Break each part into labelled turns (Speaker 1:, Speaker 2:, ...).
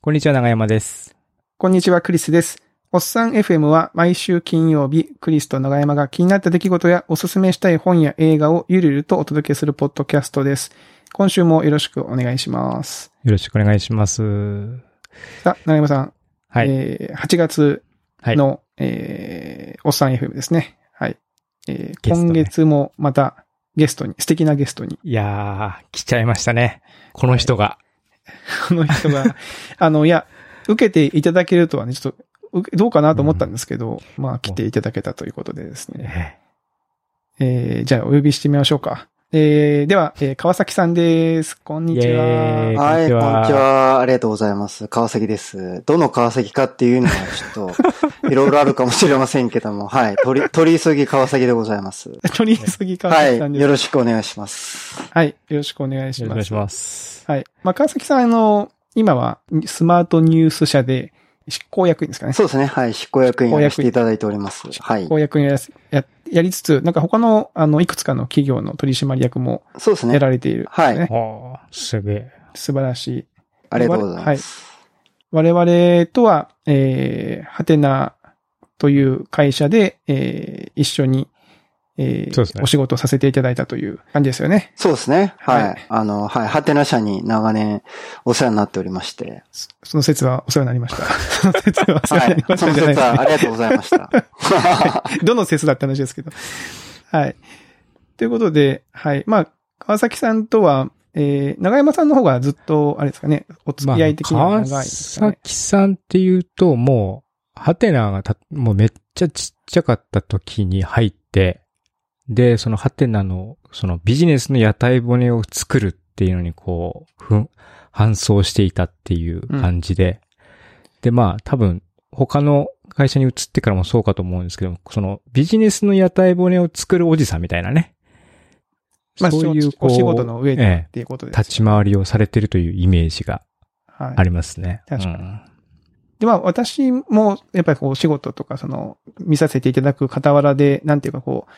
Speaker 1: こんにちは、長山です。
Speaker 2: こんにちは、クリスです。おっさん FM は毎週金曜日、クリスと長山が気になった出来事やおすすめしたい本や映画をゆるゆるとお届けするポッドキャストです。今週もよろしくお願いします。
Speaker 1: よろしくお願いします。は
Speaker 2: さあ、長山さん。
Speaker 1: い。
Speaker 2: えー8月の、えーおっさん FM ですね。はい。え
Speaker 1: ゲ
Speaker 2: ー
Speaker 1: ストね
Speaker 2: 今月もまたゲストに、素敵なゲストに、
Speaker 1: いやー、来ちゃいましたね。この人が。
Speaker 2: この人が、 あの、いや、受けていただけるとはね、ちょっと、うどうかなと思ったんですけど、まあ、来ていただけたということでですね。
Speaker 1: え
Speaker 2: えーじゃあお呼びしてみましょうか。えーでは、えー川崎さんです。こんにち
Speaker 1: イエーイ
Speaker 2: は。
Speaker 1: こん
Speaker 3: は
Speaker 1: に
Speaker 3: い、
Speaker 1: ち
Speaker 3: こん
Speaker 1: は
Speaker 3: にちは。ありがとうございます。川崎です。どの川崎かっていうのはちょっ と、いろいろあるかもしれませんけども、はい、取り、取り急ぎ川崎でございます。
Speaker 2: 取り急ぎ川
Speaker 3: は
Speaker 2: 崎
Speaker 3: い、
Speaker 2: さんで
Speaker 3: よ
Speaker 2: す。
Speaker 3: ろしくお願いします。
Speaker 2: はい、よろしくお願いし
Speaker 1: よろしくお
Speaker 2: ま
Speaker 1: 願い
Speaker 2: す。
Speaker 1: します。
Speaker 2: はい。まあ、川崎さん、あの、今はスマートニュース社で執行役員ですかね。
Speaker 3: そうですね、はい、執行役員をしていただいております。は
Speaker 2: 執
Speaker 3: い。
Speaker 2: 行役員をやややりつつ、なんか他の、あの、いくつかの企業の取締役も
Speaker 3: そうです
Speaker 2: や
Speaker 3: ね。
Speaker 2: られている、
Speaker 3: はい
Speaker 2: ね
Speaker 1: おー、すげえ。
Speaker 2: 素晴らしい。
Speaker 3: ありがとうございます。
Speaker 2: 我々とは、えー、ハテナという会社で、えー、一緒に、えー
Speaker 1: そうですね
Speaker 2: お仕事をさせていただいたという感じですよね。
Speaker 3: そうですね。はい。
Speaker 2: はい
Speaker 3: あの、はい。ハテナ社に長年お世話になっておりまして。
Speaker 2: そその説はお世話になり ました。その説はお世話
Speaker 3: は
Speaker 2: になり
Speaker 3: い
Speaker 2: ま。し
Speaker 3: そ
Speaker 2: た
Speaker 3: の
Speaker 2: じゃない
Speaker 3: 説
Speaker 2: ですね
Speaker 3: はありがとうございました。
Speaker 2: どの説だって話ですけど。はい。ということで、はい。まあ、川崎さんとは、えー、長山さんの方がずっと、あれですかね、お付き合い的には長い
Speaker 1: 川
Speaker 2: ですかね。
Speaker 1: 崎さんっていうと、もう、ハテナがた、もうめっちゃちっちゃかった時に入って、で、そのハテナの、そのビジネスの屋台骨を作るっていうのにこう、ふん、搬送していたっていう感じで、で、まあ多分、他の会社に移ってからもそうかと思うんですけど、そのビジネスの屋台骨を作るおじさんみたいなね。
Speaker 2: まあ、
Speaker 1: そういう、こう、
Speaker 2: お仕事の上で
Speaker 1: え
Speaker 2: っ
Speaker 1: え
Speaker 2: ていうことです。
Speaker 1: 立ち回りをされてるというイメージが
Speaker 2: はい
Speaker 1: あ。りますね。
Speaker 2: 確かに
Speaker 1: うん
Speaker 2: で、まあ私も、やっぱりこう、仕事とか、その、見させていただく傍らで、なんていうかこう、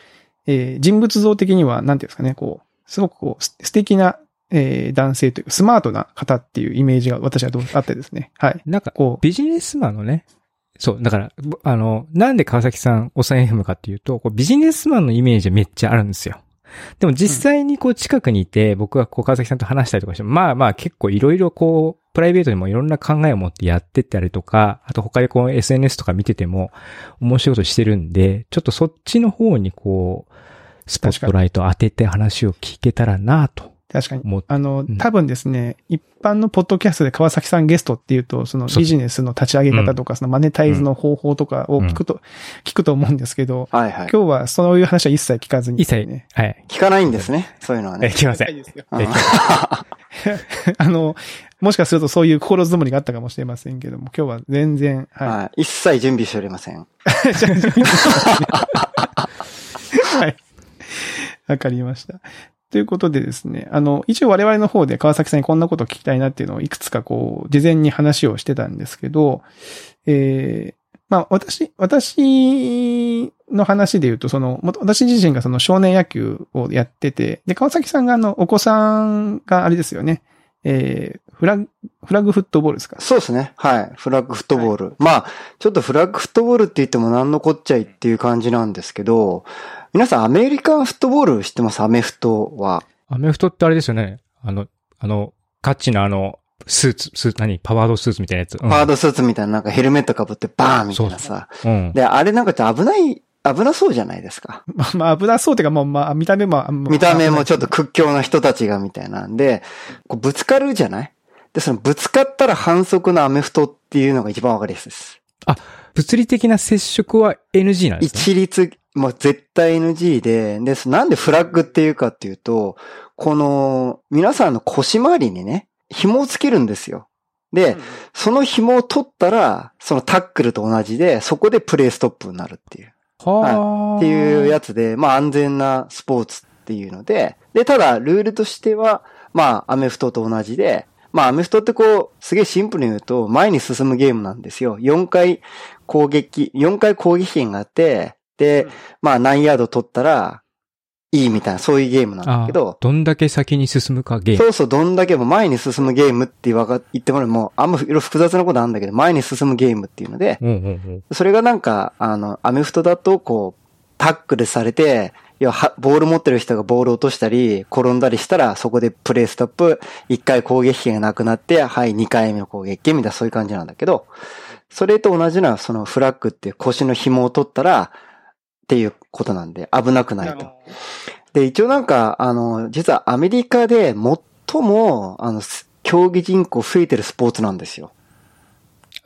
Speaker 2: えー人物像的には、なんていうんですかね、こう、すごくこう、す素敵な、えー男性というか、スマートな方っていうイメージが私はどうあってですね。はい。
Speaker 1: なんか、
Speaker 2: こう、
Speaker 1: ビジネスマンのね、そう、だから、ぼあの、なんで川崎さんおさえ FM かっていうと、こうビジネスマンのイメージはめっちゃあるんですよ。でも実際にこう近くにいて、僕がこう川崎さんと話したりとかしても、まあまあ結構いろいろこう、プライベートにもいろんな考えを持ってやってったりとか、あと他でこう SNS とか見てても面白いことしてるんで、ちょっとそっちの方にこう、スポットライト当てて話を聞けたらなと
Speaker 2: 確かに。
Speaker 1: 思って、
Speaker 2: あの
Speaker 1: ん、
Speaker 2: 多分ですね、一般のポッドキャストで川崎さんゲストっていうと、その
Speaker 1: そう
Speaker 2: ビジネスの立ち上げ方とか、そのマネタイズの方法とかを聞くと、聞くと思うんですけど、
Speaker 3: はいはい。
Speaker 2: 今日はそういう話は一切聞かずに、
Speaker 1: 一切、
Speaker 2: ね。
Speaker 1: はい。
Speaker 3: 聞かないんですね。そういうのは
Speaker 1: え、
Speaker 3: ね。
Speaker 1: すいませ
Speaker 2: 聞きたい
Speaker 1: ん。
Speaker 2: ですよ
Speaker 3: うん
Speaker 2: あの、もしかするとそういう心づもりがあったかもしれませんけども、今日は全然、は
Speaker 3: はい。一切準備しておりません。
Speaker 2: い、わかりました。ということでですね、あの、一応我々の方で川崎さんにこんなこと聞きたいなっていうのをいくつかこう、事前に話をしてたんですけど、えー、まあ私、私の話で言うと、その、もと私自身がその少年野球をやってて、で、川崎さんがあの、お子さんがあれですよね、えー、フラグ、フラグフットボールですか
Speaker 3: そうですね。はい。フラッグフットボール。まあ、ちょっとフラッグフットボールって言っても何のこっちゃいっていう感じなんですけど、皆さんアメリカンフットボール知ってますアメフトは。
Speaker 1: アメフトってあれですよね。あの、あの、ガチのあの、スーツ、スーツ、何パワードスーツみたいなやつ。うん、
Speaker 3: パードスーツみたいななんかヘルメットかぶってバーンみたいなさ。
Speaker 1: うん。
Speaker 3: で、あれなんかちょっと危ない、危なそうじゃないですか。
Speaker 2: まあ、まあ、危なそうというか、もう、まあ、見た目も、あんま
Speaker 3: 見た目もちょっと屈強な人たちがみたいなんで、こうぶつかるじゃないで、そのぶつかったら反則のアメフトっていうのが一番わかりやすいです。
Speaker 1: 物理的な接触は NG なんですね。
Speaker 3: 一律、もう絶対 NG で、で、そなんでフラッグっていうかっていうと、この、皆さんの腰回りにね、紐をつけるんですよ。で、その紐を取ったら、そのタックルと同じで、そこでプレイストップになるっていう、
Speaker 1: はあ。
Speaker 3: っていうやつで、まあ安全なスポーツっていうので、で、ただルールとしては、まあアメフトと同じで、まあアメフトってこう、すげえシンプルに言うと、前に進むゲームなんですよ。4回攻撃、4回攻撃権があって、で、まあ何ヤード取ったら、いいみたいな、そういうゲームなんだけど、
Speaker 1: どんだけ先に進むかゲーム。
Speaker 3: そうそう、どんだけも前に進むゲームってわか言ってもらうもう、あんまいろいろ複雑なことあるんだけど、前に進むゲームっていうので、
Speaker 1: うんうんうん。
Speaker 3: それがなんか、あの、アメフトだと、こう、タックルされて、要はは、ボール持ってる人がボール落としたり、転んだりしたら、そこでプレイストップ、1回攻撃権がなくなって、はい、2回目の攻撃権みたいな、そういう感じなんだけど、それと同じな、そのフラッグっていう腰の紐を取ったら、っていうことなんで、危なくないと。で、一応なんか、あの、実はアメリカで最も、あの、す競技人口増えてるスポーツなんですよ。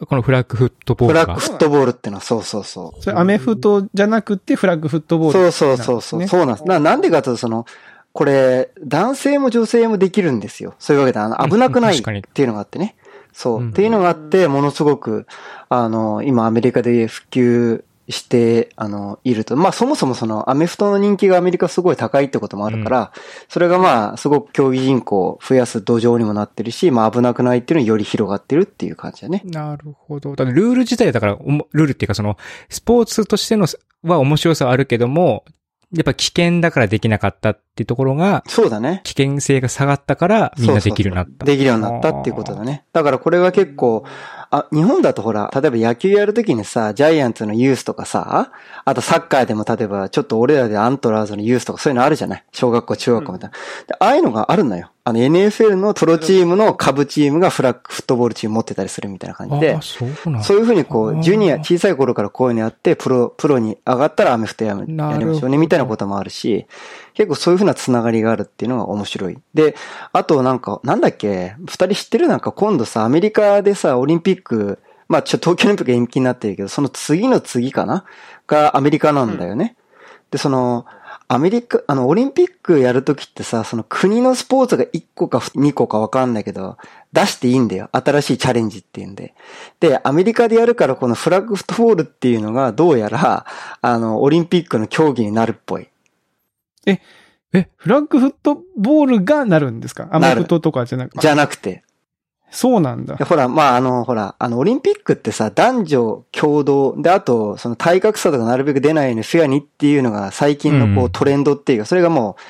Speaker 1: このフラッグフットボー
Speaker 3: フ
Speaker 1: ル
Speaker 3: ラ
Speaker 1: が。
Speaker 3: ッグフットボールってのは、そうそうそう。
Speaker 2: それアメフトじゃなくてフラッグフットボール、
Speaker 3: そうそうそうそう。
Speaker 2: なんですね
Speaker 3: そうなんです。ななんでかというと、その、これ、男性も女性もできるんですよ。そういうわけで、あの、危なくない
Speaker 1: うん
Speaker 3: っ
Speaker 1: 確かに
Speaker 3: ていうのがあってね。そうう。
Speaker 1: ん
Speaker 3: っていうのがあって、ものすごく、あの、今アメリカで普及して、あの、いると。まあ、そもそもその、アメフトの人気がアメリカすごい高いってこともあるから、それがまあ、すごく競技人口を増やす土壌にもなってるし、まあ、危なくないっていうのにより広がってるっていう感じだね。
Speaker 1: なるほど。だからルール自体だから、おもルールっていうかその、スポーツとしてのは面白さはあるけども、やっぱ危険だからできなかったっていうところが、
Speaker 3: そうだね。
Speaker 1: 危険性が下がったから、みんなできるようになっ
Speaker 3: そうそう
Speaker 1: た。
Speaker 3: できるようになったっていうことだね。だからこれは結構、あ、日本だとほら、例えば野球やるときにさ、ジャイアンツのユースとかさ、あとサッカーでも例えば、ちょっと俺らでアントラーズのユースとかそういうのあるじゃない小学校、中学校みたいな。でああいうのがあるのよ。あの NFL のプロチームの株チームがフラッグフットボールチーム持ってたりするみたいな感じで
Speaker 1: ああ、。そうなんだ
Speaker 3: そういうふうにこ
Speaker 1: あー
Speaker 3: う、ジュニア、小さい頃からこういうのやって、プロ、プロに上がったらアメフトやめ
Speaker 1: なるほど
Speaker 3: やりましょうね、みたいなこともあるし、結構そういうふうなつながりがあるっていうのが面白い。で、あとなんか、なんだっけ、二人知ってるなんか今度さ、アメリカでさ、オリンピック、まあちょ、東京オリンピック延期になってるけど、その次の次かながアメリカなんだよね。で、その、アメリカ、あの、オリンピックやるときってさ、その国のスポーツが1個か2個かわかんないけど、出していいんだよ。新しいチャレンジっていうんで。で、アメリカでやるからこのフラッグフットボールっていうのがどうやら、あの、オリンピックの競技になるっぽい。
Speaker 2: フラッグフットボールがなるんですかアメフトとかじゃなくて。
Speaker 3: じゃなくて。
Speaker 2: そうなんだ
Speaker 3: で。ほら、まあ、あの、ほら、あの、オリンピックってさ、男女共同、で、あと、その体格差とかなるべく出ないようにフェアにっていうのが最近のこ
Speaker 1: う
Speaker 3: うんトレンドっていうか、それがもう、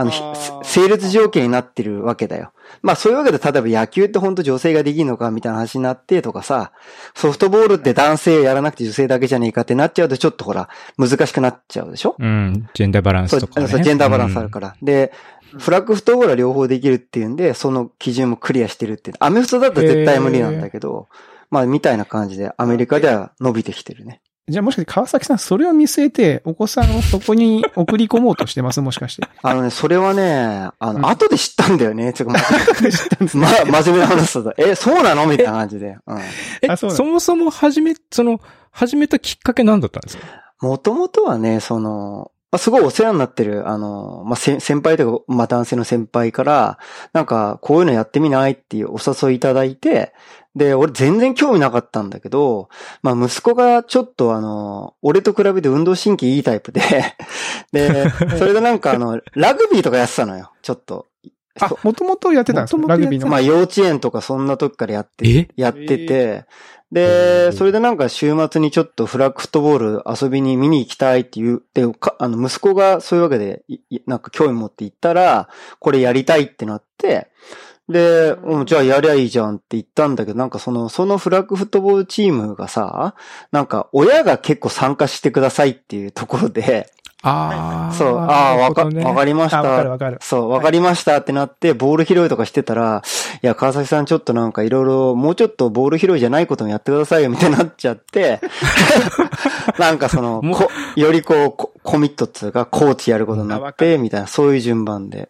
Speaker 3: あの、ひ
Speaker 2: あー
Speaker 3: 整列条件になってるわけだよ。まあそういうわけで、例えば野球って本当女性ができるのかみたいな話になってとかさ、ソフトボールって男性やらなくて女性だけじゃねえかってなっちゃうとちょっとほら、難しくなっちゃうでしょ
Speaker 1: うん。ジェンダーバラン
Speaker 3: そ
Speaker 1: ス
Speaker 3: う
Speaker 1: とか、ね。。
Speaker 3: そう、ジェンダーバランスあるからら。で、フラッグフットボールは両方できるっていうんで、その基準もクリアしてるっていう。アメフトだと絶対無理なんだけど、まあ、みたいな感じで、アメリカでは伸びてきてるね。
Speaker 2: じゃあもしかして川崎さん、それを見据えて、お子さんをそこに送り込もうとしてますもしかして。
Speaker 3: あのね、それはね、あ
Speaker 2: うん
Speaker 3: の、後で知ったんだ よね。ちょっとま、
Speaker 2: 知ったんですね
Speaker 3: ま、真面目な話すると、え、そうなのみたいな感じで。うん。
Speaker 1: え、
Speaker 2: あそ
Speaker 1: そう
Speaker 2: なの
Speaker 1: もそも始め、その、始めたきっかけなんだったんですか
Speaker 3: もともとはね、その、まあ、すごいお世話になってる、あの、まあ、せ先輩とか、まあ、男性の先輩から、なんか、こういうのやってみないっていうお誘いいただいて、で、俺全然興味なかったんだけど、まあ、息子がちょっとあの、俺と比べて運動神経いいタイプで、で、それでなんかあの、ラグビーとかやってたのよ、ちょっと。
Speaker 2: あ、もともとやってたんですか
Speaker 1: 元
Speaker 2: ラ
Speaker 1: 々
Speaker 2: グ
Speaker 1: やってた
Speaker 2: ビーの。
Speaker 3: ま
Speaker 2: あ
Speaker 3: あ、幼稚園とかそんな時からやって
Speaker 1: え
Speaker 3: やってて、
Speaker 1: う
Speaker 3: で、
Speaker 1: ん
Speaker 3: それでなんか週末にちょっとフラッグフットボール遊びに見に行きたいって言う、で、かあの、息子がそういうわけで、いいなんか興味持って行ったら、これやりたいってなって、で、うん、じゃあやりゃいいじゃんって言ったんだけど、なんかその、そのフラッグフットボールチームがさ、なんか親が結構参加してくださいっていうところで、
Speaker 1: ああ。
Speaker 3: そう、ああ、わか、
Speaker 1: なるほどね
Speaker 3: わかりました。
Speaker 2: わかるわかる。
Speaker 3: そう、わかりましたってなって、ボール拾いとかしてたら、いや、川崎さんちょっとなんかいろいろ、もうちょっとボール拾いじゃないこともやってくださいよ、みたいになっちゃって、なんかその、
Speaker 1: もう
Speaker 3: こよりこうコ、コミットっていうか、コーチやることに
Speaker 2: あ
Speaker 3: な
Speaker 2: わ
Speaker 3: っ
Speaker 2: か
Speaker 3: て、みたいな、そういう順番で。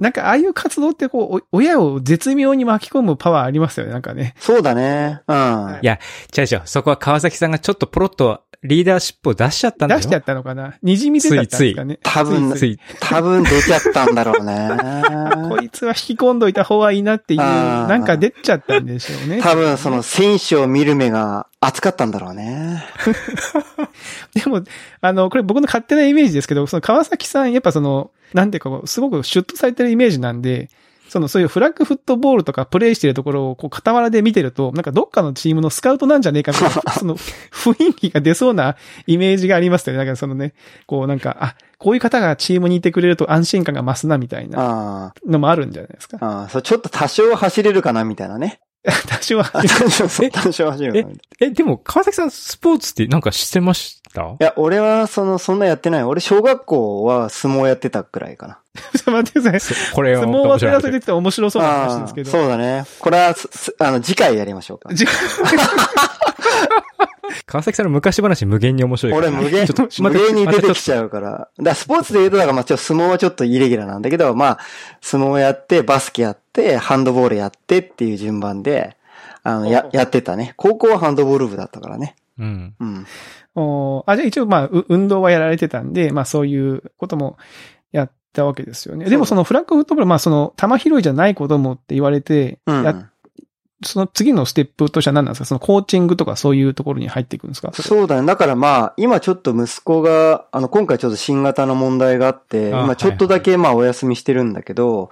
Speaker 2: なんかああいう活動ってこう、お親を絶妙に巻き込むパワーありますよね、なんかね。
Speaker 3: そうだね。うん。
Speaker 2: い
Speaker 1: 違う違う。そこは川崎さんがちょっとポロッとリーダーシップを出しちゃったんだよ。
Speaker 2: 出しちゃったのかなにじみ出ちゃったんですかね。
Speaker 3: 多分、
Speaker 1: つい。
Speaker 3: 多分出ちゃったんだろう
Speaker 2: こ
Speaker 3: ね。
Speaker 2: いつは引き込んどいた方がいいなっていう、
Speaker 3: あー
Speaker 2: なんか出ちゃったんでしょうね。
Speaker 3: 多分その選手を見る目が熱かったんだろうね。
Speaker 2: でも、あの、これ僕の勝手なイメージですけど、その川崎さん、やっぱその、なんていうか、すごくシュッとされてるイメージなんで、その、そういうフラッグフットボールとかプレイしてるところを、こう、傍らで見てると、なんかどっかのチームのスカウトなんじゃねえかみたいな、その、雰囲気が出そうなイメージがありますよね。なんかそのね、こうなんか、あ、こういう方がチームにいてくれると安心感が増すなみたいな
Speaker 3: あ
Speaker 2: のもあるんじゃないですか
Speaker 3: あ、。ああ、そう、ちょっと多少走れるかな、みたいなね。
Speaker 2: 多少は
Speaker 3: あ、多少、そう多少走れるかなみたいな。
Speaker 1: え、でも、川崎さん、スポーツってなんかしてました
Speaker 3: いや、俺は、その、そんなやってない。俺、小学校は相撲やってたくらいかな。
Speaker 2: ちょっと待ってください。
Speaker 1: これ
Speaker 2: 相
Speaker 1: は
Speaker 2: 撲は
Speaker 1: 面
Speaker 2: そ
Speaker 1: 白
Speaker 2: れ
Speaker 1: い
Speaker 2: は
Speaker 1: 話
Speaker 2: それで言ってたら面白そうな話ですけど。
Speaker 3: あーそうだね。これは、すすあの、次回やりましょうか。
Speaker 2: じゃ
Speaker 1: 川崎さんの昔話無限に面白いから。
Speaker 3: 俺、無限、
Speaker 1: ちょっと
Speaker 3: 無
Speaker 1: 待って
Speaker 3: 限に出て
Speaker 1: また
Speaker 3: き
Speaker 1: ちょっ
Speaker 3: ちゃうから。だからスポーツで言うと、だから、まあ、ちょっと相撲はちょっとイレギュラーなんだけど、まあ、相撲やって、バスケやって、ハンドボールやってっていう順番で、あの、や、やってたね。高校はハンドボール部だったからね。
Speaker 1: とうん。
Speaker 3: うん。
Speaker 2: おーあ、じゃあ一応まあ、う運動はやられてたんで、まあそういうこともやったわけですよね。でもそのフラッグフットボール、まあその球拾いじゃない子供って言われて、
Speaker 3: うん。
Speaker 2: やその次のステップとしては何なんですかそのコーチングとかそういうところに入っていくんですかれ
Speaker 3: そうだね。だからまあ、今ちょっと息子が、あの、今回ちょっと新型の問題があって、
Speaker 1: あ
Speaker 3: 今ちょっとだけまあお休みしてるんだけど、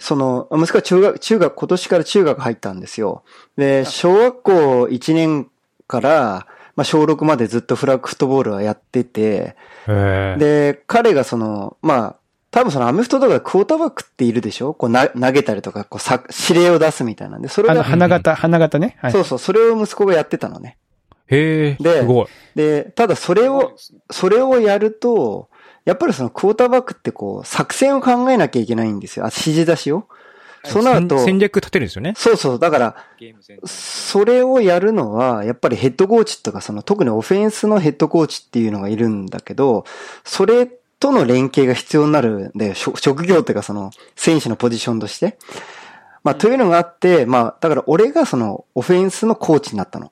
Speaker 3: その、息子は中学、中学、今年から中学入ったんですよ。で、小学校1年から、まあ小6までずっとフラッグフットボールはやってて、
Speaker 1: へえ。
Speaker 3: で、彼がその、まあ、多分そのアメフトとかクォーターバックっているでしょこうな投げたりとか、こうさ、指令を出すみたいなんで、それ
Speaker 2: あの、
Speaker 3: が、
Speaker 2: 花形、花形ね。はい。
Speaker 3: そうそう、それを息子がやってたのね。
Speaker 1: へえ。
Speaker 3: です
Speaker 1: ごい。
Speaker 3: で、ただそれを、それをやると、やっぱりそのクォーターバックってこう、作戦を考えなきゃいけないんですよ。あ、指示出しを。そうなると、
Speaker 1: 戦戦略立てるんですよね。
Speaker 3: そうそう。だから、それをやるのは、やっぱりヘッドコーチとか、その特にオフェンスのヘッドコーチっていうのがいるんだけど、それとの連携が必要になるんだよ。職職業っていうか、その選手のポジションとして。まあ、というのがあって、まあ、だから俺がそのオフェンスのコーチになったの。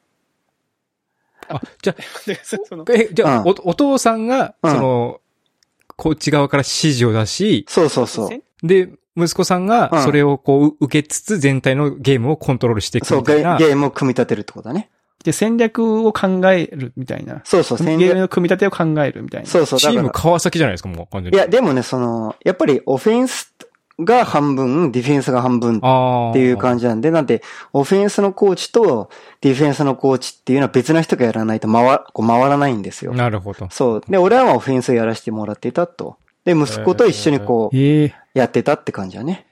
Speaker 1: あ、じゃあ、
Speaker 2: でその
Speaker 1: え、じゃあ、
Speaker 3: うん
Speaker 1: お、お父さんが、
Speaker 3: うん
Speaker 1: その、コーチ側から指示を出し、
Speaker 3: そうそうそう。
Speaker 1: で、息子さん
Speaker 3: う
Speaker 1: が
Speaker 3: ん
Speaker 1: それをこう受けつつ全体のゲームをコントロールしていく
Speaker 3: そう、
Speaker 1: みた
Speaker 3: ゲ
Speaker 1: いな。
Speaker 3: ゲームを組み立てるってことだね。
Speaker 2: で、戦略を考えるみたいな。
Speaker 3: そうそう、
Speaker 2: ゲ
Speaker 3: 戦
Speaker 2: ーム
Speaker 3: 略。
Speaker 2: の組み立てを考えるみたいな。
Speaker 3: そうそう、
Speaker 1: チ
Speaker 3: だか
Speaker 1: ーム
Speaker 3: ら。
Speaker 1: 川崎じゃないですか、もう完全
Speaker 3: い
Speaker 1: に。
Speaker 3: や、でもね、その、やっぱりオフェンスが半分、ディフェンスが半分っ
Speaker 1: ああ。
Speaker 3: ていう感じなんで、なんで、オフェンスのコーチとディフェンスのコーチっていうのは別な人がやらないと回こう回らないんですよ。
Speaker 1: なるほど。
Speaker 3: そう。で、俺はまあオフェンスをやらせてもらってたと。で、息子と一緒にこう、
Speaker 2: ええ
Speaker 3: やってたって感じだね。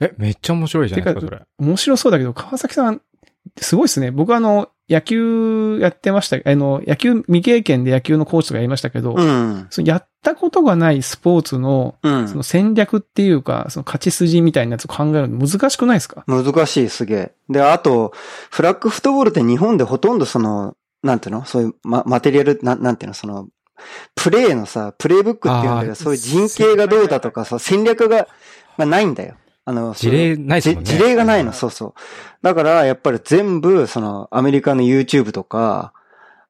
Speaker 1: え、めっちゃ面白いじゃないですか、そ
Speaker 2: てか
Speaker 1: れ。
Speaker 2: 面白そうだけど、川崎さん、すごいですね。僕はあの、野球やってました、あの、野球未経験で野球のコーチとかやりましたけど、
Speaker 3: うん。
Speaker 2: そのやったことがないスポーツの、
Speaker 3: う
Speaker 2: その
Speaker 3: ん。
Speaker 2: 戦略っていうか、その勝ち筋みたいなやつを考えるの難しくないですか
Speaker 3: 難しい、すげえ。で、あと、フラッグフットボールって日本でほとんどその、なんていうのそういう、ま、マテリアル、なん、なんていうのその、プレイのさ、プレイブックっていうんだけ
Speaker 1: あー
Speaker 3: ど、そういう人形がどうだとかさ、戦略が、まあ、ないんだよ。あの、
Speaker 1: 事例ないです
Speaker 3: じ
Speaker 1: もんね。
Speaker 3: 事例がないの、そうそう。だから、やっぱり全部、その、アメリカの YouTube とか、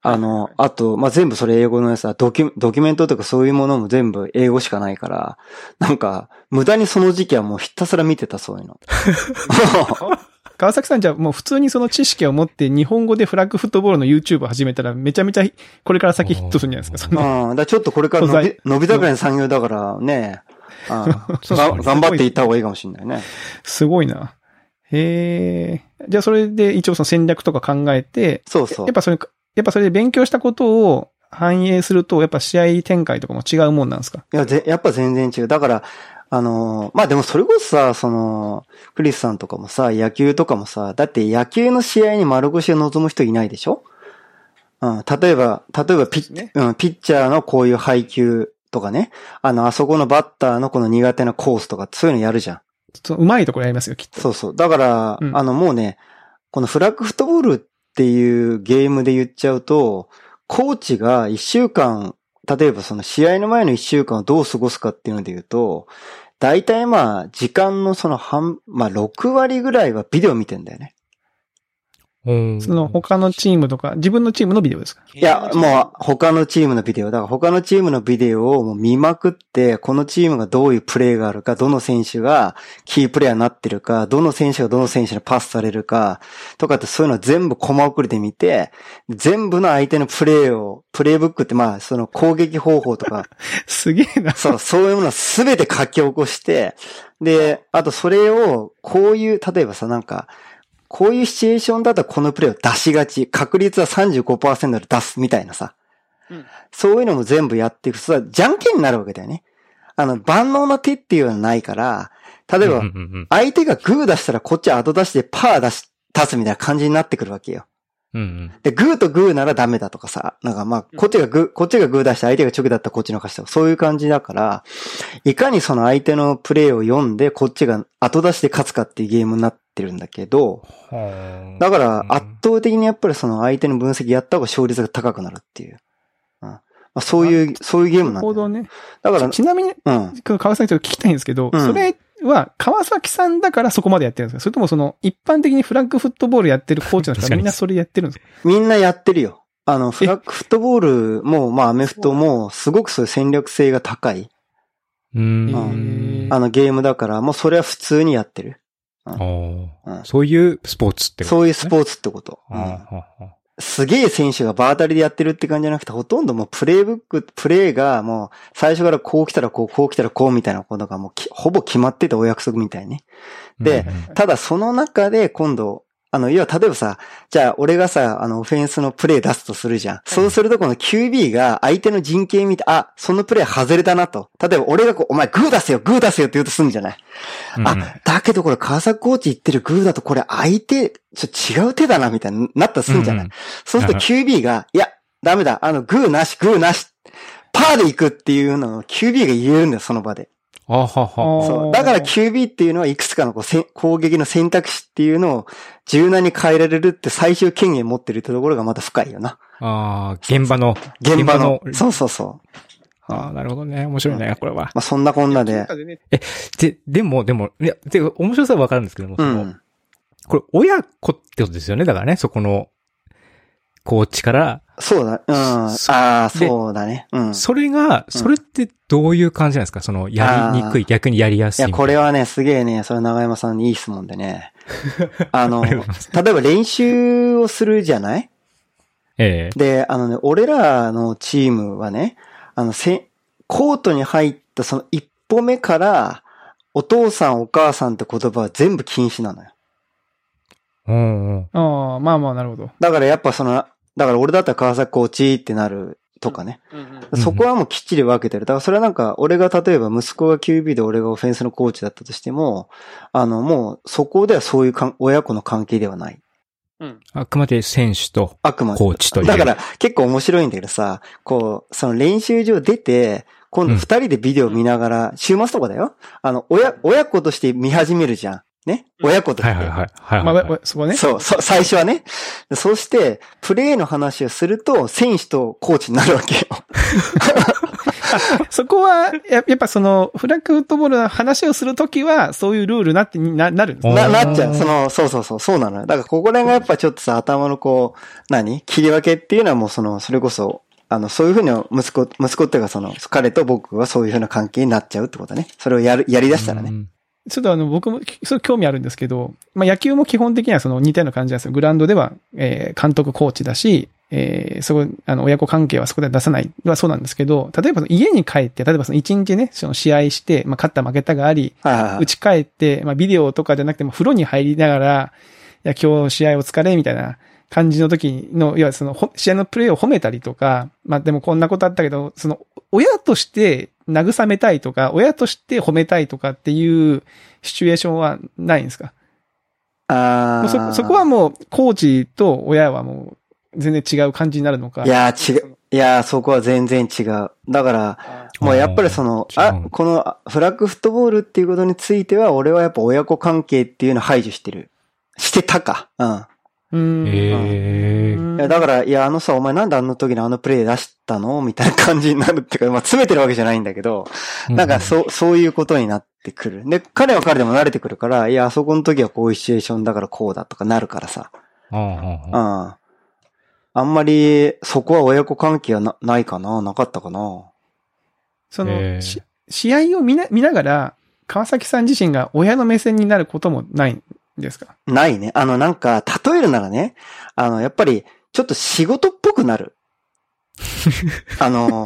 Speaker 3: あの、あと、まあ、全部それ英語のやつだ、ドキュ、ドキュメントとかそういうものも全部英語しかないから、なんか、無駄にその時期はもうひたすら見てた、そういう の。
Speaker 2: 川崎さんじゃあもう普通にその知識を持って日本語でフラッグフットボールの YouTube を始めたらめちゃめちゃこれから先ヒットするんじゃないですかその
Speaker 3: うん。だからちょっとこれから伸
Speaker 2: 素
Speaker 3: び
Speaker 2: 材、
Speaker 3: 伸び桜の産業だからね、あ
Speaker 1: そうそう
Speaker 3: が頑張っていった方がいいかもしれないね。
Speaker 2: すごいな。へえ。じゃあそれで一応その戦略とか考えて、
Speaker 3: そうそう
Speaker 2: やっ。ぱそれ、やっぱそれで勉強したことを反映すると、やっぱ試合展開とかも違うもんなんですか
Speaker 3: いや、ぜやっぱ全然違う。だから、あのー、まあ、でもそれこそさ、その、クリスさんとかもさ、野球とかもさ、だって野球の試合に丸腰を望む人いないでしょうん、例えば、例えばピッ、
Speaker 2: ね
Speaker 3: うん、ピッチャーのこういう配球とかね、あの、あそこのバッターのこの苦手なコースとか、そういうのやるじゃん。
Speaker 2: そのうまいところやりますよ、きっと。
Speaker 3: そうそう。だから、
Speaker 2: うん
Speaker 3: あのもうね、このフラッグフットボールっていうゲームで言っちゃうと、コーチが一週間、例えばその試合の前の一週間をどう過ごすかっていうので言うと、大体まあ、時間のその半、まあ6割ぐらいはビデオ見てんだよね。
Speaker 1: うん
Speaker 2: その他のチームとか、自分のチームのビデオですか
Speaker 3: いや、もう他のチームのビデオ、だから他のチームのビデオをもう見まくって、このチームがどういうプレーがあるか、どの選手がキープレイヤーになってるか、どの選手がどの選手にパスされるか、とかってそういうのを全部コマ送りで見て、全部の相手のプレーを、プレイブックってまあ、その攻撃方法とか、
Speaker 2: すげえな。
Speaker 3: そう、そういうものすべて書き起こして、で、あとそれを、こういう、例えばさ、なんか、こういうシチュエーションだとこのプレーを出しがち、確率は35%で出すみたいなさ、
Speaker 2: うん
Speaker 3: そういうのも全部やっていくとさ、じゃんけんになるわけだよね。あの、万能な手っていうのはないから、例えば
Speaker 1: うん、うん
Speaker 3: 相手がグー出したらこっちは後出しでパー出し、出すみたいな感じになってくるわけよ。
Speaker 1: うん。うん
Speaker 3: で、グーとグーならダメだとかさ、なんかまあ、こっちがグー、こっちがグー出して相手がチョキだったらこっちの勝ちとか、そういう感じだから、いかにその相手のプレーを読んで、こっちが後出しで勝つかっていうゲームになってるんだけど、
Speaker 1: うん。
Speaker 3: だから
Speaker 1: うん
Speaker 3: 圧倒的にやっぱりその相手の分析やった方が勝率が高くなるっていう。うんまあ、そういう、そういうゲームなんだ
Speaker 2: 行動
Speaker 3: よ。
Speaker 2: ね。
Speaker 3: だか
Speaker 2: ちちなみに、
Speaker 3: ら、うん。
Speaker 2: 川崎さんにちょっと聞きたいんですけど、
Speaker 3: うん
Speaker 2: それは川崎さんだからそこまでやってるんですかそれともその一般的にフラッグフットボールやってるコーチの人
Speaker 1: 確
Speaker 2: は
Speaker 1: かに
Speaker 2: みんなそれやってるんですか
Speaker 3: みんなやってるよ。あの、フラッグフットボールも、まあ、アメフトも、すごくそういう戦略性が高い、
Speaker 1: うん。
Speaker 2: うん
Speaker 3: あのゲームだから、もうそれは普通にやってる。
Speaker 1: の、
Speaker 3: うん
Speaker 1: そういうスポーツってこと
Speaker 3: そういうス
Speaker 1: ー
Speaker 3: ポーツってこと。
Speaker 1: ツは
Speaker 3: すげえ選手が場当たりでやってるって感じじゃなくて、ほとんどもうプレイブック、プレイがもう最初からこう来たらこう、こう来たらこうみたいなことがもうきほぼ決まっててお約束みたいにね。でただその中で今度、あの、要は例えばさ、じゃあ俺がさ、あの、オフェンスのプレイ出すとするじゃん。そうするとこの QB が相手の陣形見て、あ、そのプレイ外れたなと。例えば俺がこう、お前グー出せよ、グー出せよって言うとすんじゃないあ、だけどこれ川崎コーチ言ってるグーだとこれ相手、ちょ、違う手だなみたいになったらするんじゃない、
Speaker 1: うん
Speaker 3: そうすると QB が、いや、ダメだ、あの、グーなし、グーなし、パーで行くっていうのを QB が言えるんだよ、その場で。
Speaker 1: あはは。
Speaker 3: そう。だから
Speaker 2: き
Speaker 3: QB っていうのはいくつかのこうせん攻撃の選択肢っていうのを柔軟に変えられるって最終権限持ってるってところがまた深いよな。
Speaker 1: ああ、現場の。
Speaker 3: 現場の。
Speaker 1: 現場の
Speaker 3: そうそうそう。
Speaker 1: ああ、なるほどね。面白いね、これは。
Speaker 3: まあ、そんなこんなで。
Speaker 1: で、でも、でも、いや、で、面白さはわかるんですけども、
Speaker 3: う
Speaker 1: その、
Speaker 3: ん。
Speaker 1: これ、親子ってことですよね。だからね、そこの、コーチから、
Speaker 3: そうだ。うん。あ
Speaker 1: そ
Speaker 3: あー、
Speaker 1: で
Speaker 3: そうだね。うん。
Speaker 1: それが、それってどういう感じなんですかその、やりにくい、逆にやりや
Speaker 3: い
Speaker 1: すい
Speaker 3: や、
Speaker 1: みた
Speaker 3: こ
Speaker 1: いな。
Speaker 3: れはね、すげえね、それ長山さんにいい質問 でね。あの、
Speaker 1: あり
Speaker 3: 例
Speaker 1: がとうございます
Speaker 3: えば練習をするじゃない
Speaker 1: え
Speaker 3: で、あのね、俺らのチームはね、あの、せ、コートに入ったその一歩目から、お父さんお母さんって言葉は全部禁止なのよ。
Speaker 1: え。うんうん。
Speaker 2: ああ、まあまあ、なるほど。
Speaker 3: だからやっぱその、だから俺だったら川崎コーチってなるとかね。
Speaker 1: うん
Speaker 3: そこはもうきっちり分けてる。だからそれはなんか、俺が例えば息子が QB で俺がオフェンスのコーチだったとしても、あの、もうそこではそういうかん親子の関係ではない。
Speaker 1: あくまで選手と
Speaker 3: あくまで。
Speaker 1: コーチという。
Speaker 3: だから結構面白いんだけどさ、こう、その練習場出て、今度
Speaker 1: うん
Speaker 3: 二人でビデオ見ながら、週末とかだよあの、親、親子として見始めるじゃん。ね
Speaker 2: うん
Speaker 3: 親子として。
Speaker 1: はいはいはい。はい
Speaker 2: ま
Speaker 1: は
Speaker 2: あ
Speaker 1: い、
Speaker 2: ま
Speaker 1: はい
Speaker 2: あ、そこね。
Speaker 3: そう、そう、最初はね。そうして、プレーの話をすると、選手とコーチになるわけよ。
Speaker 2: そこは、ややっぱその、フラッグフットボールの話をするときは、そういうルールなって、にな、なるんですね
Speaker 1: おー
Speaker 3: な、なっちゃう。その、そうそうそう、そうなのよ。だから、ここら辺がやっぱちょっとさ、頭のこう、何切り分けっていうのはもうその、それこそ、あの、そういうふうに息子、息子っていうかその、彼と僕はそういうふうな関係になっちゃうってことだね。それをやる、やり出したらね。
Speaker 1: ね。
Speaker 2: ちょっとあの、僕も、きすごい興味あるんですけど、まあ野球も基本的にはその似たような感じなんですよ。グラウンドでは、えー監督、コーチだし、えーそこ、あの、親子関係はそこでは出さないのはそうなんですけど、例えばその家に帰って、例えばその一日ね、その試合して、まあ勝った負けたがあり、
Speaker 3: はいはいは
Speaker 2: う
Speaker 3: い。
Speaker 2: ち帰って、まあ、ビデオとかじゃなくても、風呂に入りながら、いや、今日試合お疲れ、みたいな感じの時の、いや、その、ほ試合のプレーを褒めたりとか、まあ、でもこんなことあったけど、その、親として慰めたいとか、親として褒めたいとかっていうシチュエーションはないんですか
Speaker 3: あ
Speaker 2: もう
Speaker 3: ー
Speaker 2: そ、そこはもう、コーチと親はもう、全然違う感じになるのか。
Speaker 3: いやー、違う。いやー、そこは全然違う。だから、もうやっぱりその、
Speaker 1: あー
Speaker 3: あ、このあフラッグフットボールっていうことについては、俺はやっぱ親子関係っていうのを排除してる。してたか。うん。
Speaker 2: うーん。
Speaker 1: ええ。
Speaker 2: うん
Speaker 3: いやだから、いや、あのさ、お前なんであの時のあのプレイ出したのみたいな感じになるっていうか、まあ、詰めてるわけじゃないんだけど、なんか、そう、そういうことになってくる。で、彼は彼でも慣れてくるから、いや、あそこの時はこういうシチュエーションだからこうだとかなるからさ。
Speaker 1: ああ
Speaker 3: うん。あんまり、そこは親子関係はなないかななかったかな
Speaker 2: その、
Speaker 1: えー
Speaker 2: し試合を見な見ながら、川崎さん自身が親の目線になることもないんですか
Speaker 3: ないね。あの、なんか、例えるならね、あの、やっぱり、ちょっと仕事っぽくな る。あの、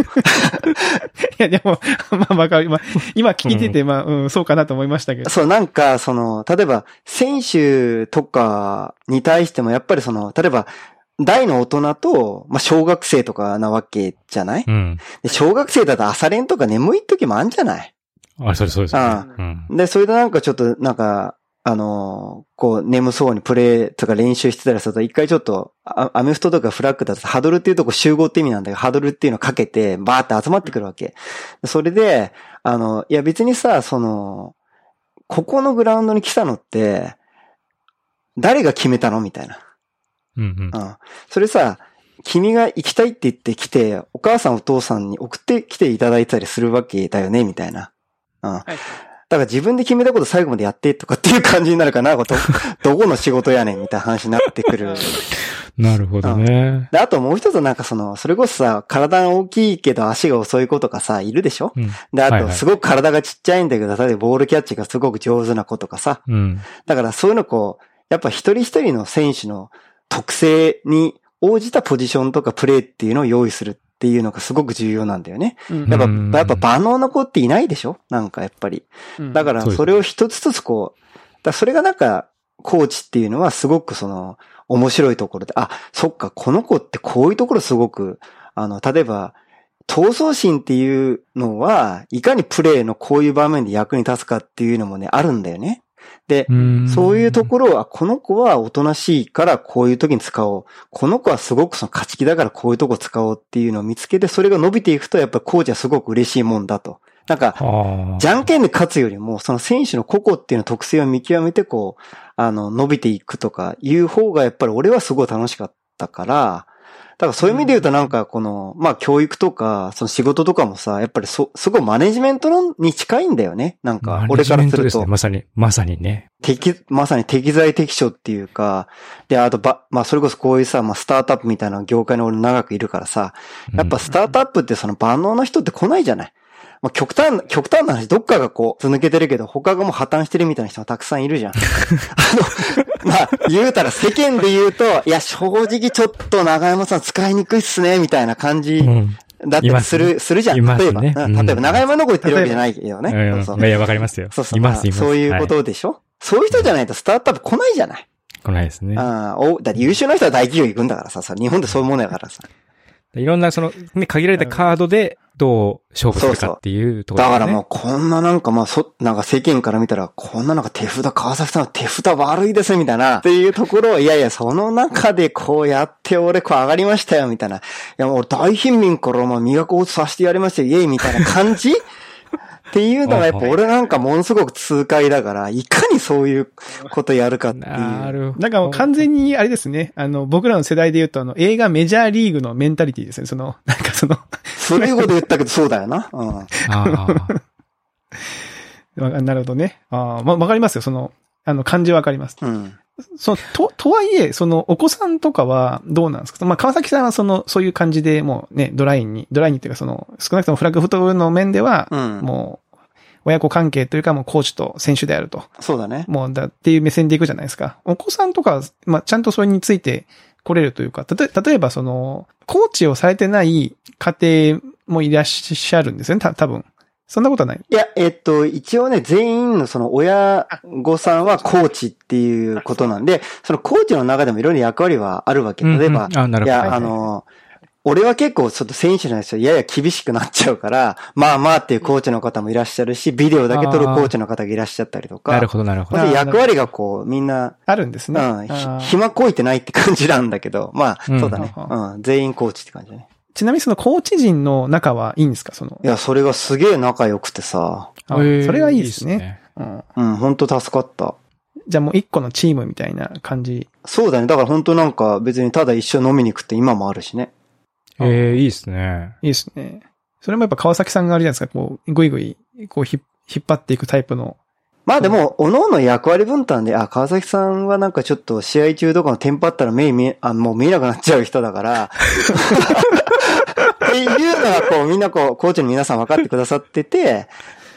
Speaker 2: いや、でも、 まあ、わかる。まあ、今聞いてて、まあ、うん、そうかなと思いましたけど。
Speaker 3: そう、なんか、その、例えば、選手とかに対しても、やっぱりその、例えば、大の大人と、まあ、小学生とかなわけじゃない、
Speaker 1: うん。
Speaker 3: で小学生だと朝練とか眠い時もあんじゃない
Speaker 1: あ、それそうですね。
Speaker 3: あ
Speaker 1: うん。
Speaker 3: で、それでなんかちょっと、なんか、あのーこう、眠そうにプレーとか練習してたりすると、一回ちょっと、あアメフトとかフラッグだと、ハドルっていうとこ集合って意味なんだけど、ハドルっていうのをかけて、バーって集まってくるわけ。それで、あの、いや別にさ、その、ここのグラウンドに来たのって、誰が決めたのみたいな。
Speaker 1: うん
Speaker 3: うん。それさ、君が行きたいって言って来て、お母さんお父さんに送ってきていただいたりするわけだよね、みたいな。うん。だから自分で決めたこと最後までやってとかっていう感じになるかな、ど、 どこの仕事やねんみたいな話になってくる。
Speaker 1: うん。なるほどね。
Speaker 3: で、あともう一つなんかその、それこそさ、体が大きいけど足が遅い子とかさ、いるでしょ
Speaker 1: うん。
Speaker 3: で、
Speaker 1: は
Speaker 3: あ
Speaker 1: いは
Speaker 3: と
Speaker 1: い
Speaker 3: すごく体がちっちゃいんだけど、例えばボールキャッチがすごく上手な子とかさ、
Speaker 1: うん。
Speaker 3: だからそういうのこう、やっぱ一人一人の選手の特性に応じたポジションとかプレーっていうのを用意するっていうのがすごく重要なんだよね。
Speaker 2: うん
Speaker 3: やっぱ、
Speaker 1: うん
Speaker 3: やっぱ万能な子っていないでしょなんかやっぱり。だから
Speaker 1: そうですね
Speaker 3: それを一つずつこう、だからそれがなんか、コーチっていうのはすごくその、面白いところで、あ、そっか、この子ってこういうところすごく、あの、例えば、闘争心っていうのは、いかにプレーのこういう場面で役に立つかっていうのもね、あるんだよね。で、
Speaker 1: うん。
Speaker 3: そういうところは、この子はおとなしいからこういう時に使おう。この子はすごくその勝ち気だからこういうとこ使おうっていうのを見つけて、それが伸びていくとやっぱりコーチはすごく嬉しいもんだと。なんか、
Speaker 1: ああ。
Speaker 3: じゃんけんで勝つよりも、その選手の個々っていうの特性を見極めて、こう、あの、伸びていくとかいう方がやっぱり俺はすごい楽しかったから、だからそういう意味で言うとなんかこの、まあ教育とか、その仕事とかもさ、やっぱりそ、すごいマネジメントのに近いんだよね。なんか、俺
Speaker 1: マ
Speaker 3: からす
Speaker 1: ネジメントで
Speaker 3: る
Speaker 1: す
Speaker 3: と
Speaker 1: ね。。まさに、まさにね。
Speaker 3: 適、まさに適材適所っていうか、で、あとば、まあそれこそこういうさ、まあスタートアップみたいな業界に俺長くいるからさ、やっぱスタートアップってその万能な人って来ないじゃない。まあ極端、極端な話、どっかがこう、抜けてるけど、他がもう破綻してるみたいな人がたくさんいる じゃん。あの、まあ、言うたら世間で言うと、いや、正直ちょっと長山さん使いにくいっすね、みたいな感
Speaker 1: う
Speaker 3: じ
Speaker 1: ん。うん
Speaker 3: だった
Speaker 1: いま
Speaker 3: り
Speaker 1: す
Speaker 3: す
Speaker 1: ね
Speaker 3: る、するじゃん。
Speaker 1: い
Speaker 3: 例
Speaker 1: ます
Speaker 3: えば、
Speaker 1: ね
Speaker 3: う
Speaker 1: うん
Speaker 3: ん例えば長山の子言ってるわけじゃないけどね。そうそう
Speaker 1: いやいや、わかりますよ。
Speaker 3: そうそう。
Speaker 1: います、い
Speaker 3: ま
Speaker 1: ま
Speaker 3: あ
Speaker 1: す。
Speaker 3: そういうこ
Speaker 1: は
Speaker 3: とでしょ、そういう人じゃないとスタートアップ来ないじゃない。
Speaker 1: い。来ないですね。
Speaker 3: ああ、お、だって優秀な人は大企業行くんだからさ、さ日本でそういうものやからさ。
Speaker 1: いろんな、その、ね、限られたカードで、どう勝負するかっていうところ
Speaker 3: だ
Speaker 1: ですね
Speaker 3: からもうこんななんかまあ、そ、なんか世間から見たら、こんななんか手札、川崎さんの手札悪いですみたいな、っていうところを、いやいや、その中でこうやって俺こう上がりましたよ、みたいな。いや、もう大貧民からまあ磨こうとさせてやりましたよ、イエイみたいな 感じっていうのがやっぱ俺なんかものすごく痛快だから、いかにそういうことやるかっていう。
Speaker 1: なるほど。
Speaker 2: なんかもう完全に、あれですね。あの、僕らの世代で言うと、あの、映画メジャーリーグのメンタリティですね。その、なんかその、
Speaker 3: そういうこと言ったけど、そうだよな。うん。
Speaker 1: あー
Speaker 2: わなるほどね。ああ、ま、わかりますよ。その、あの、感じわかります。
Speaker 3: うん。
Speaker 2: その、と、とはいえ、その、お子さんとかはどうなんですかまあ、川崎さんはその、そういう感じでもうね、ドラインに、ドラインにっていうか、その、少なくともフラッグフットボールの面では
Speaker 3: う、ん。
Speaker 2: もう、親子関係というか、もうコーチと選手であると。
Speaker 3: そうだね。
Speaker 2: もうだっていう目線でいくじゃないですか。お子さんとかは、まあ、ちゃんとそれについて来れるというか、たとえ、例えばその、コーチをされてない家庭もいらっしゃるんですよね、た、多分。そんなことはない。
Speaker 3: いや、えっと、一応ね、全員のその親御さんはコーチっていうことなんで、そのコーチの中でもいろいろ役割はあるわけ。
Speaker 1: うん
Speaker 3: 例えば
Speaker 1: う、んあ、ないるほ
Speaker 3: や、
Speaker 1: ど。
Speaker 3: あの、俺は結構ちょっと選手の人やや厳しくなっちゃうから、まあまあっていうコーチの方もいらっしゃるし、ビデオだけ撮るコーチの方がいらっしゃったりと
Speaker 1: なる
Speaker 3: か、
Speaker 1: ほど、なるほど。
Speaker 3: まあ役割がこう、みんな、
Speaker 2: あるんですね。
Speaker 3: うん、ひ
Speaker 2: あー
Speaker 3: 暇こいてないって感じなんだけど、まあ、
Speaker 1: うん
Speaker 3: そうだね。うん、全員コーチって感じだね。
Speaker 2: ちなみにそのコーチ陣の仲はいいんですかその
Speaker 3: い、や、それがすげえ仲良くてさ、
Speaker 2: あそれはいいですね。うん
Speaker 3: うん、ほんと助かった。
Speaker 2: じゃあもう一個のチームみたいな感じ。
Speaker 3: そうだね。だから本当なんか別にただ一緒に飲みに行くって今もあるしね。
Speaker 1: ええー、いいですね。
Speaker 2: いいですね。それもやっぱ川崎さんがあるじゃないですか、こう、ぐいぐい、こうひ、引っ張っていくタイプの
Speaker 3: まあでも、各々役割分担で、あ、川崎さんはなんかちょっと試合中とかのテンパったら目見え、あ、もう見えなくなっちゃう人だから、っていうのがこうみんなこう、コーチの皆さん分かってくださってて、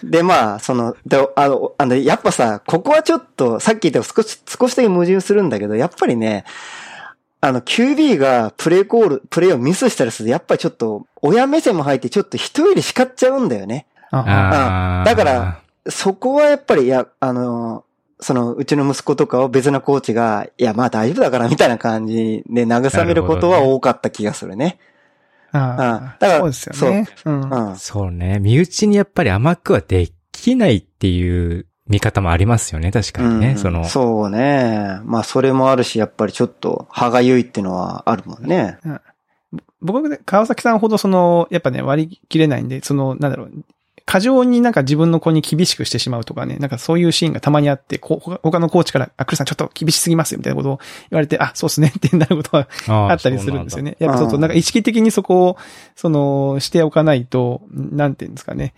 Speaker 3: で、まあ、その、で、あの、あの、やっぱさ、ここはちょっと、さっき言った少し、少しだけ矛盾するんだけど、やっぱりね、あの、QB がプレイコール、プレイをミスしたりすると、やっぱりちょっと、親目線も入って、ちょっと人より叱っちゃうんだよね。
Speaker 2: あ
Speaker 3: あだから、そこはやっぱり、いや、あの、その、うちの息子とかを別のコーチが、いや、まあ大丈夫だからみたいな感じで慰めることは多かった気がするね。
Speaker 2: あ、ああ
Speaker 3: あ、だから
Speaker 2: そうですよね。うん
Speaker 3: うん。
Speaker 1: そうね。身内にやっぱり甘くはできないっていう見方もありますよね。確かにね。
Speaker 3: うん
Speaker 1: その、
Speaker 3: そうね。まあ、それもあるし、やっぱりちょっと、歯がゆいってのはあるもんね。
Speaker 2: 僕はね川崎さんほどその、やっぱね、割り切れないんで、その、なんだろう、過剰になんか自分の子に厳しくしてしまうとかね、なんかそういうシーンがたまにあって、こう他のコーチから、あ、クルさんちょっと厳しすぎますよみたいなことを言われて、あ、そうっすねってなることは
Speaker 1: あー
Speaker 2: あったりするんですよ。ね。
Speaker 3: う
Speaker 2: やっ
Speaker 3: なん
Speaker 2: ぱち
Speaker 3: だ
Speaker 2: ょっとなんか意識的にそこを、その、しておかないと、なんていうんですかね、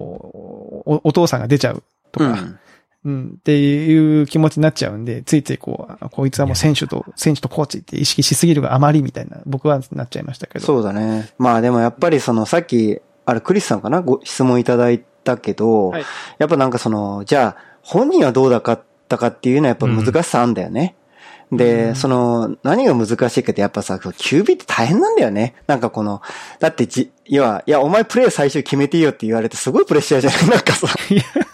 Speaker 2: こう、おお父さんが出ちゃうとか、
Speaker 3: うん
Speaker 2: うん、っていう気持ちになっちゃうんで、ついついこう、あこいつはもう選手と、選手とコーチって意識しすぎるがあまりみたいな、僕はなっちゃいましたけど。
Speaker 3: そうだね。まあ、でもやっぱり、その、さっき、あれ、クリスさんかなご質問いただいたけど、
Speaker 2: はい
Speaker 3: やっぱなんかその、じゃあ、本人はどうだったかっていうのはやっぱ難しさあんだよね。
Speaker 2: う
Speaker 3: で、
Speaker 2: ん
Speaker 3: その、何が難しいかってやっぱさ、キュービーって大変なんだよね。なんかこの、だってじ、要は、いや、お前プレー最終決めていいよって言われてすごいプレッシャーじゃないなん かさ。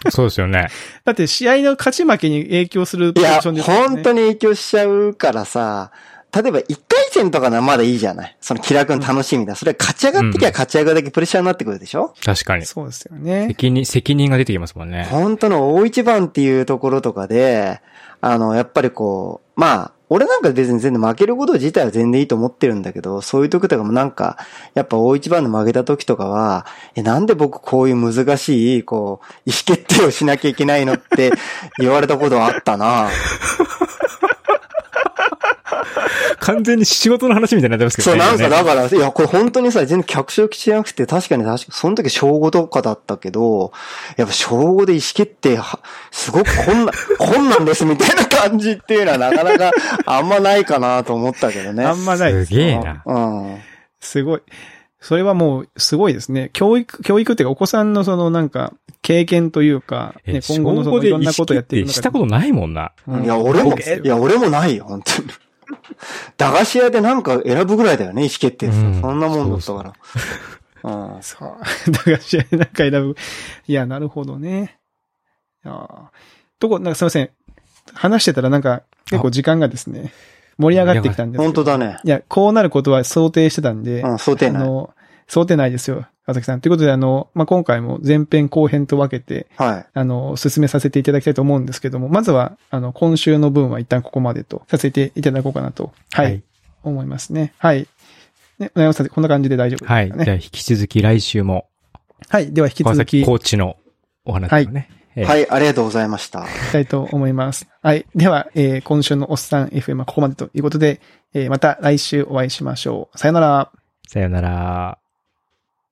Speaker 1: そうですよね。
Speaker 2: だって試合の勝ち負けに影響する
Speaker 3: い
Speaker 2: ポジシ
Speaker 3: や、
Speaker 2: ョンですよね。
Speaker 3: 本当に影響しちゃうからさ、例えば一回戦とかならまだいいじゃないその気楽に楽しみだ。それは勝ち上がってきゃ勝ち上がるだけプレッシャーになってくるでしょ、
Speaker 1: 確かに。
Speaker 2: そうですよ ね。
Speaker 1: 責任、責任が出てきますもんね。
Speaker 3: 本当の大一番っていうところとかで、あの、やっぱりこう、まあ、俺なんか別に全然負けること自体は全然いいと思ってるんだけど、そういう時とかもなんか、やっぱ大一番で負けた時とかは、え、なんで僕こういう難しい、こう、意思決定をしなきゃいけないのって言われたことはあったな。
Speaker 1: 完全に仕事の話みたいになってますけど
Speaker 3: そう、
Speaker 1: ね。
Speaker 3: なん
Speaker 1: 今ね
Speaker 3: かだから、いや、これ本当にさ、全然脚色してなくて、確かに確か、その時小5とかだったけど、やっぱ小5で意思決定は、すごく困難、 困難ですみたいな感じっていうのはなかなかあんまないかなと思ったけどね。
Speaker 2: あんまないです。
Speaker 1: すげえな。
Speaker 3: うん。
Speaker 2: すごい。それはもう、すごいですね。教育、教育っていうか、お子さんのそのなんか、経験というか、
Speaker 1: え
Speaker 2: ね、今後のそ
Speaker 1: 小五
Speaker 2: の
Speaker 1: で
Speaker 2: いろんなことをやってい
Speaker 1: 意
Speaker 2: く
Speaker 1: 識
Speaker 2: 中
Speaker 1: っしたこ
Speaker 2: で
Speaker 1: とないもんな。
Speaker 2: うん
Speaker 3: いや、俺も、
Speaker 2: 僕え
Speaker 3: いや、俺もないよ、本当に。駄菓子屋でなんか選ぶぐらいだよね、意思決定ってさ
Speaker 1: うん
Speaker 3: そんなもんだったから。うん。
Speaker 2: そう。 だから試合なんか選ぶ。いや、なるほどね。いやーとこ、なんかすいません。話してたらなんか、結構時間がですね、盛り上がってきたんですけど
Speaker 3: 本当だね。
Speaker 2: いや、こうなることは想定してたんで、
Speaker 3: うん、想定
Speaker 2: あ
Speaker 3: 内。
Speaker 2: の、想定内ですよ、川崎さん。ということで、あの、まあ、今回も前編後編と分けて、
Speaker 3: はい。
Speaker 2: あの、進めさせていただきたいと思うんですけども、まずは、あの、今週の分は一旦ここまでとさせていただこうかなと、はい、
Speaker 1: はい
Speaker 2: 思いますね。はい。ね、お悩みさん、こんな感じで大丈夫ですか
Speaker 1: はい。
Speaker 2: ね。
Speaker 1: じゃあ引き続き来週も、
Speaker 2: はい。では、引き
Speaker 1: 川
Speaker 2: 続き、
Speaker 1: 崎コー
Speaker 2: い
Speaker 1: チのお話をね。ええ
Speaker 3: はい、ありがとうございました。
Speaker 2: きたいと思います。はい。では、えー今週のおっさん FM はここまでということで、えーまた来週お会いしましょう。さよなら。
Speaker 1: さよなら。